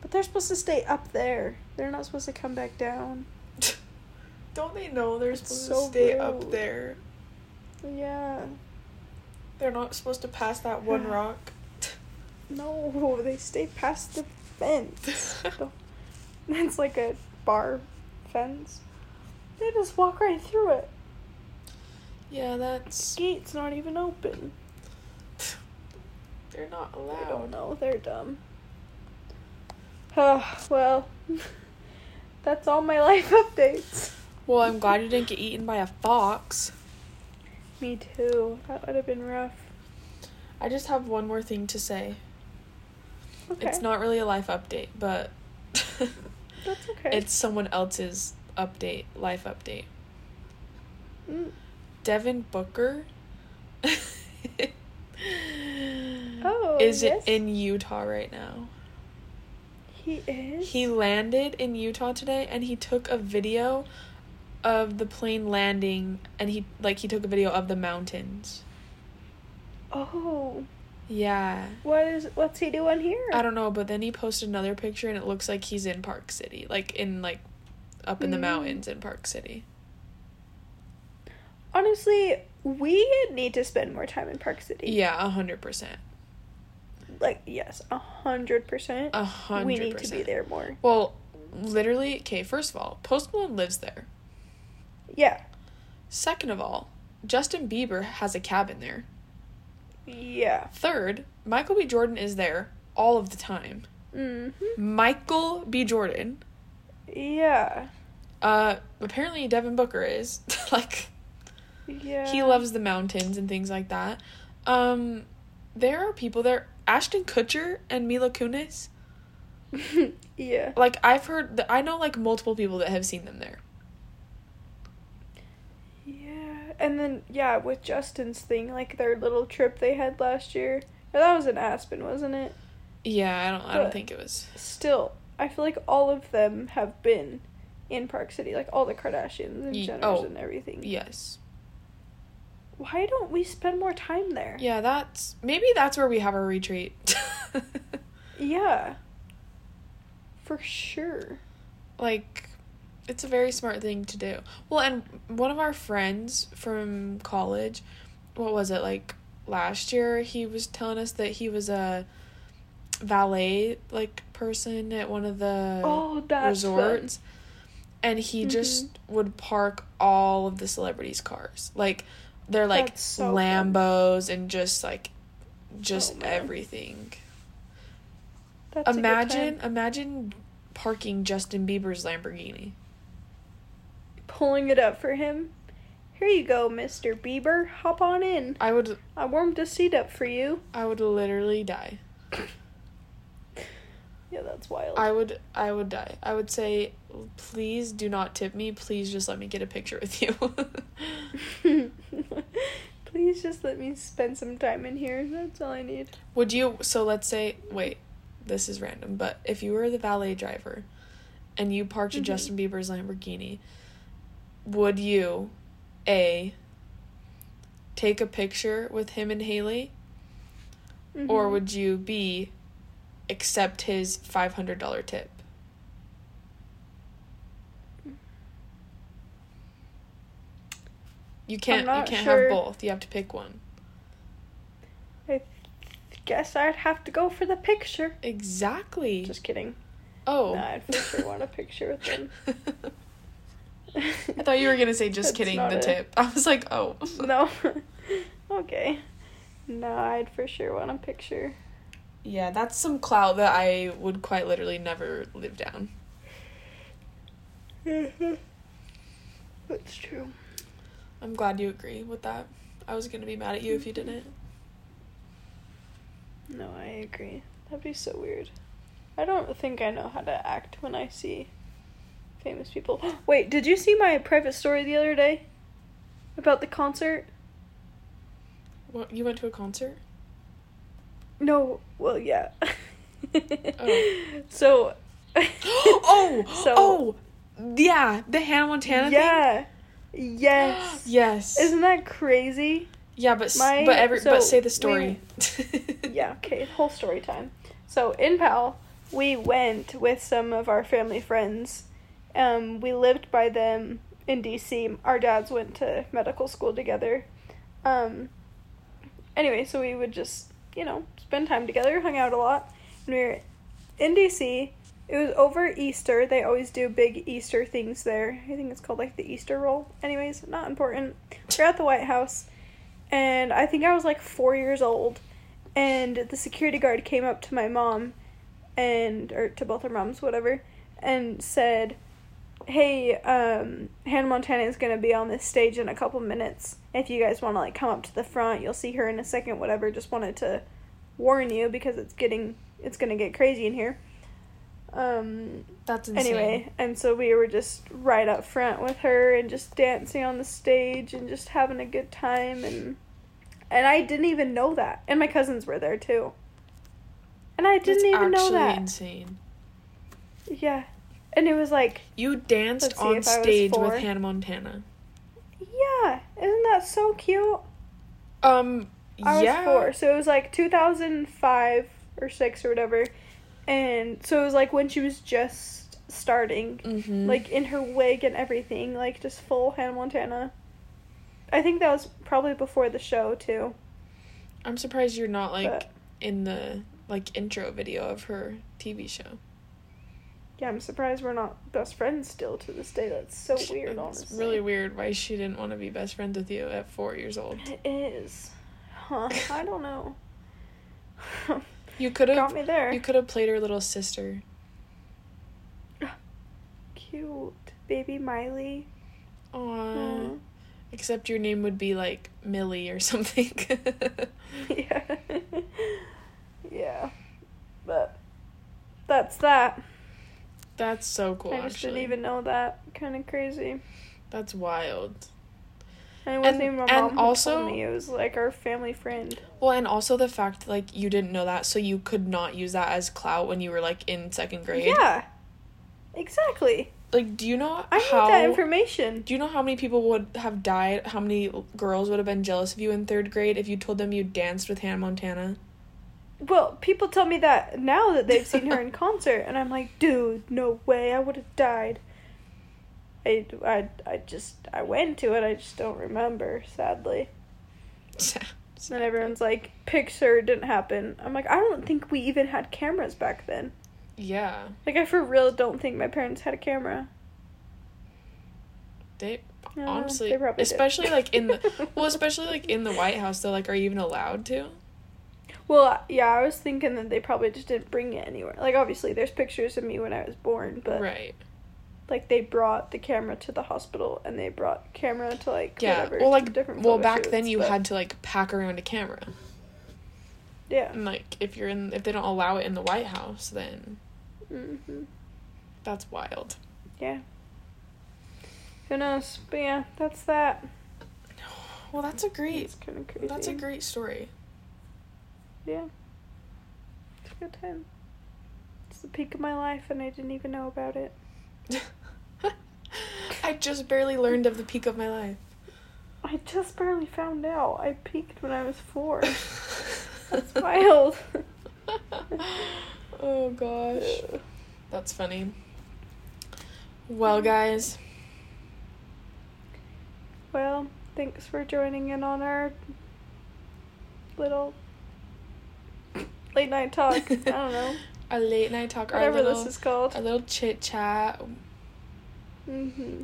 S1: But they're supposed to stay up there. They're not supposed to come back down.
S2: Don't they know they're
S1: It's
S2: supposed
S1: so
S2: to stay up
S1: rude.
S2: there?
S1: Yeah.
S2: They're not supposed to pass that one rock.
S1: No, they stay past the fence. The- It's like a bar fence. They just walk right through it.
S2: Yeah, that's
S1: Gate's not even open.
S2: they're not
S1: I
S2: allowed.
S1: don't know. They're dumb. Oh, well, that's all my life updates.
S2: Well, I'm glad you didn't get eaten by a fox.
S1: Me too. That would have been rough.
S2: I just have one more thing to say.
S1: Okay.
S2: It's not really a life update, but
S1: That's okay.
S2: it's someone else's update, life update.
S1: Mm.
S2: Devin Booker
S1: Oh,
S2: is
S1: yes.
S2: in Utah right now.
S1: He is.
S2: He landed in Utah today and he took a video of the plane landing and he like he took a video of the mountains.
S1: Oh,
S2: Yeah.
S1: what is what's he doing here?
S2: I don't know, but then he posted another picture and it looks like he's in Park City, like in like up in the
S1: Mm.
S2: mountains in Park City.
S1: Honestly, we need to spend more time in Park City.
S2: Yeah, a hundred percent.
S1: Like yes, a hundred percent.
S2: A hundred percent.
S1: We need to be there more.
S2: Well, literally, okay, first of all, Post Malone lives there.
S1: Yeah.
S2: Second of all, Justin Bieber has a cabin there.
S1: Yeah.
S2: Third, Michael B. Jordan is there all of the time.
S1: Mm-hmm.
S2: Michael B. Jordan.
S1: Yeah.
S2: Uh, apparently Devin Booker is like
S1: Yeah.
S2: he loves the mountains and things like that. Um, there are people there. Ashton Kutcher and Mila Kunis.
S1: yeah.
S2: Like I've heard, that I know like multiple people that have seen them there.
S1: Yeah. And then yeah, with Justin's thing, like their little trip they had last year. Or that was in Aspen, wasn't it?
S2: Yeah, I don't. I don't
S1: But-
S2: think it was.
S1: Still, I feel like all of them have been in Park City, like all the Kardashians and
S2: Ye-
S1: Jenners
S2: oh.
S1: and everything.
S2: Yes.
S1: Why don't we spend more time there?
S2: Yeah, that's maybe that's where we have our retreat.
S1: Yeah. For sure.
S2: like it's a very smart thing to do. Well, and one of our friends from college, what was it like last year? He was telling us that he was a valet like person at one of the
S1: oh, that's Mm-hmm. fun.
S2: resorts, and he just would park all of the celebrities' cars. Like they're like
S1: That's so fun.
S2: Lambos and just like just
S1: Oh, man.
S2: everything.
S1: That's a good
S2: imagine
S1: time.
S2: imagine parking Justin Bieber's Lamborghini.
S1: pulling it up for him. Here you go, Mr. Bieber. Hop on in.
S2: I would
S1: I warmed a seat up for you.
S2: I would literally die.
S1: Yeah, that's wild.
S2: I would I would die. I would say please do not tip me. Please just let me get a picture with you.
S1: Please just let me spend some time in here. That's all I need.
S2: would you so let's say wait, this is random, but if you were the valet driver and you parked a
S1: Mhm.
S2: Justin Bieber's Lamborghini, would you A take a picture with him and Haley? or
S1: Mhm.
S2: would you be accept his $500 tip you can't you
S1: not
S2: can't
S1: sure.
S2: have both you have to pick one
S1: guess I'd have to go for the picture.
S2: exactly
S1: Just kidding.
S2: oh
S1: No, I'd for sure want a picture with them.
S2: i thought you were gonna say just
S1: That's
S2: kidding
S1: not
S2: the
S1: it.
S2: tip i was like oh
S1: No. okay. No, I'd for sure want a picture.
S2: yeah that's some clout that i would quite literally never live down
S1: That's true.
S2: i'm glad you agree with that i was gonna be mad at you if you didn't
S1: No, I agree. That'd be so weird. I don't think I know how to act when I see famous people. Wait, did you see my private story the other day? About the concert?
S2: what, you went to a concert
S1: No, well, yeah.
S2: Oh.
S1: So.
S2: oh,
S1: So-
S2: oh, yeah, the Hannah Montana
S1: yeah.
S2: thing.
S1: Yes.
S2: Yes.
S1: Isn't that crazy?
S2: yeah, but s
S1: my-
S2: but every
S1: so
S2: but say the
S1: we-
S2: story.
S1: yeah, okay, whole story time. So in Powell, we went with some of our family friends. Um, we lived by them in DC. Our dads went to medical school together. Um, anyway, so we would just, you know, spend time together, hung out a lot. And we were in DC. It was over Easter. They always do big Easter things there. I think it's called like the Easter roll. Anyways, not important. We're at the White House, and I think I was like four years old and the security guard came up to my mom and or to both her moms whatever and said hey um hannah montana is going to be on this stage in a couple minutes if you guys want to like come up to the front you'll see her in a second whatever just wanted to warn you because it's getting it's going to get crazy in here um
S2: That's insane.
S1: anyway and so we were just right up front with her and just dancing on the stage and just having a good time and and i didn't even know that and my cousins were there too and i
S2: That's
S1: didn't even know
S2: actually
S1: that
S2: insane.
S1: yeah and it was like
S2: You danced
S1: Let's see
S2: on
S1: if I was
S2: stage
S1: four.
S2: with Hannah Montana.
S1: yeah isn't that so cute
S2: Um,
S1: I was
S2: yeah.
S1: four, so it was like 2005 or six or whatever, and so it was like when she was just starting,
S2: Mm-hmm.
S1: like in her wig and everything, like just full Hannah Montana. I think that was probably before the show too.
S2: I'm surprised you're not like
S1: but
S2: in the like intro video of her TV show.
S1: yeah, I'm surprised we're not best friends still to this day. That's so weird,
S2: it's
S1: honestly.
S2: really weird why she didn't want to be best friends with you at four years old.
S1: It is. Huh. I don't know.
S2: You could
S1: Got
S2: have
S1: me there.
S2: you could have played her little sister.
S1: Cute. Baby Miley.
S2: Aww. Mm.
S1: Aw.
S2: Except your name would be like Millie or something.
S1: Hmm. yeah. yeah. But that's that.
S2: That's so cool.
S1: I just
S2: actually.
S1: didn't even know that. Kind of crazy.
S2: That's wild.
S1: And it wasn't
S2: And-
S1: even my
S2: and
S1: mom who
S2: also-
S1: told me. It was like our family friend.
S2: Well, and also the fact like you didn't know that, so you could not use that as clout when you were like in second grade.
S1: Yeah. Exactly.
S2: Like, do you know
S1: I
S2: how?
S1: need that information.
S2: Do you know how many people would have died? How many l- girls would have been jealous of you in third grade if you told them you danced with Hannah Montana?
S1: Well, people tell me that now that they've seen her in concert, and I'm like, dude, no way, I would have died. I, I, I just, I went to it, I just don't remember, sadly. And everyone's like, picture didn't happen. I'm like, I don't think we even had cameras back then.
S2: yeah,
S1: Like, I for real don't think my parents had a camera.
S2: they
S1: No,
S2: honestly,
S1: Uh, they probably did.
S2: especially like in the well, especially like in the White House though. Like, are you even allowed to?
S1: Well, yeah, I was thinking that they probably just didn't bring it anywhere. Like, obviously, there's pictures of me when I was born, but
S2: right.
S1: like they brought the camera to the hospital and they brought camera to like
S2: Yeah.
S1: whatever.
S2: well,
S1: to
S2: like
S1: different
S2: well,
S1: photo
S2: back
S1: shoots,
S2: then you
S1: but-
S2: had to like pack around a camera.
S1: yeah.
S2: And like if you're in if they don't allow it in the White House, then
S1: hmm
S2: that's wild.
S1: Yeah. Who knows? But yeah, that's that.
S2: Well, that's a great
S1: It's kind of crazy.
S2: that's a great story.
S1: Yeah. It's a good time. It's the peak of my life, and I didn't even know about it.
S2: I just barely learned of the peak of my life.
S1: I just barely found out. I peaked when I was four. That's wild.
S2: oh gosh. That's funny. Well, guys,
S1: Well, thanks for joining in on our little late night talk. I don't know.
S2: a late night talk, our
S1: Whatever
S2: little,
S1: this is called.
S2: our little chit chat.
S1: hmm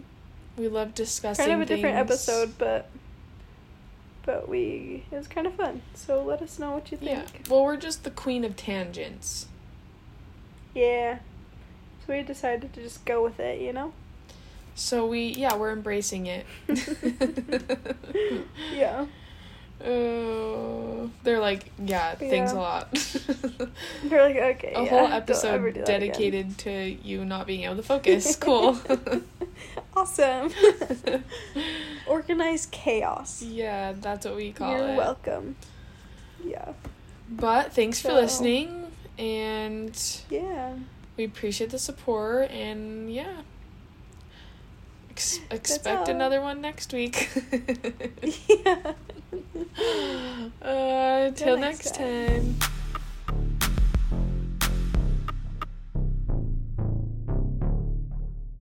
S2: We love discussing
S1: Kind of a different
S2: uh, things.
S1: episode, but but we it was kind of fun. So let us know what you
S2: Yeah.
S1: think.
S2: Well, we're just the queen of tangents.
S1: Yeah. So we decided to just go with it, you know?
S2: So we, yeah, we're embracing it.
S1: Yeah.
S2: Oh, they're like, yeah, thanks a
S1: Yeah.
S2: lot.
S1: We're like, okay.
S2: a
S1: yeah,
S2: whole
S1: don't ever do
S2: episode
S1: that again.
S2: dedicated to you not being able to focus. cool.
S1: awesome. Organized chaos.
S2: yeah, that's what we call
S1: You're
S2: it.
S1: welcome. Yeah.
S2: But thanks for
S1: So-
S2: listening, and
S1: Yeah.
S2: we appreciate the support. And yeah, Ex- expect
S1: all.
S2: another one next week.
S1: yeah.
S2: uh, till
S1: next
S2: next
S1: time.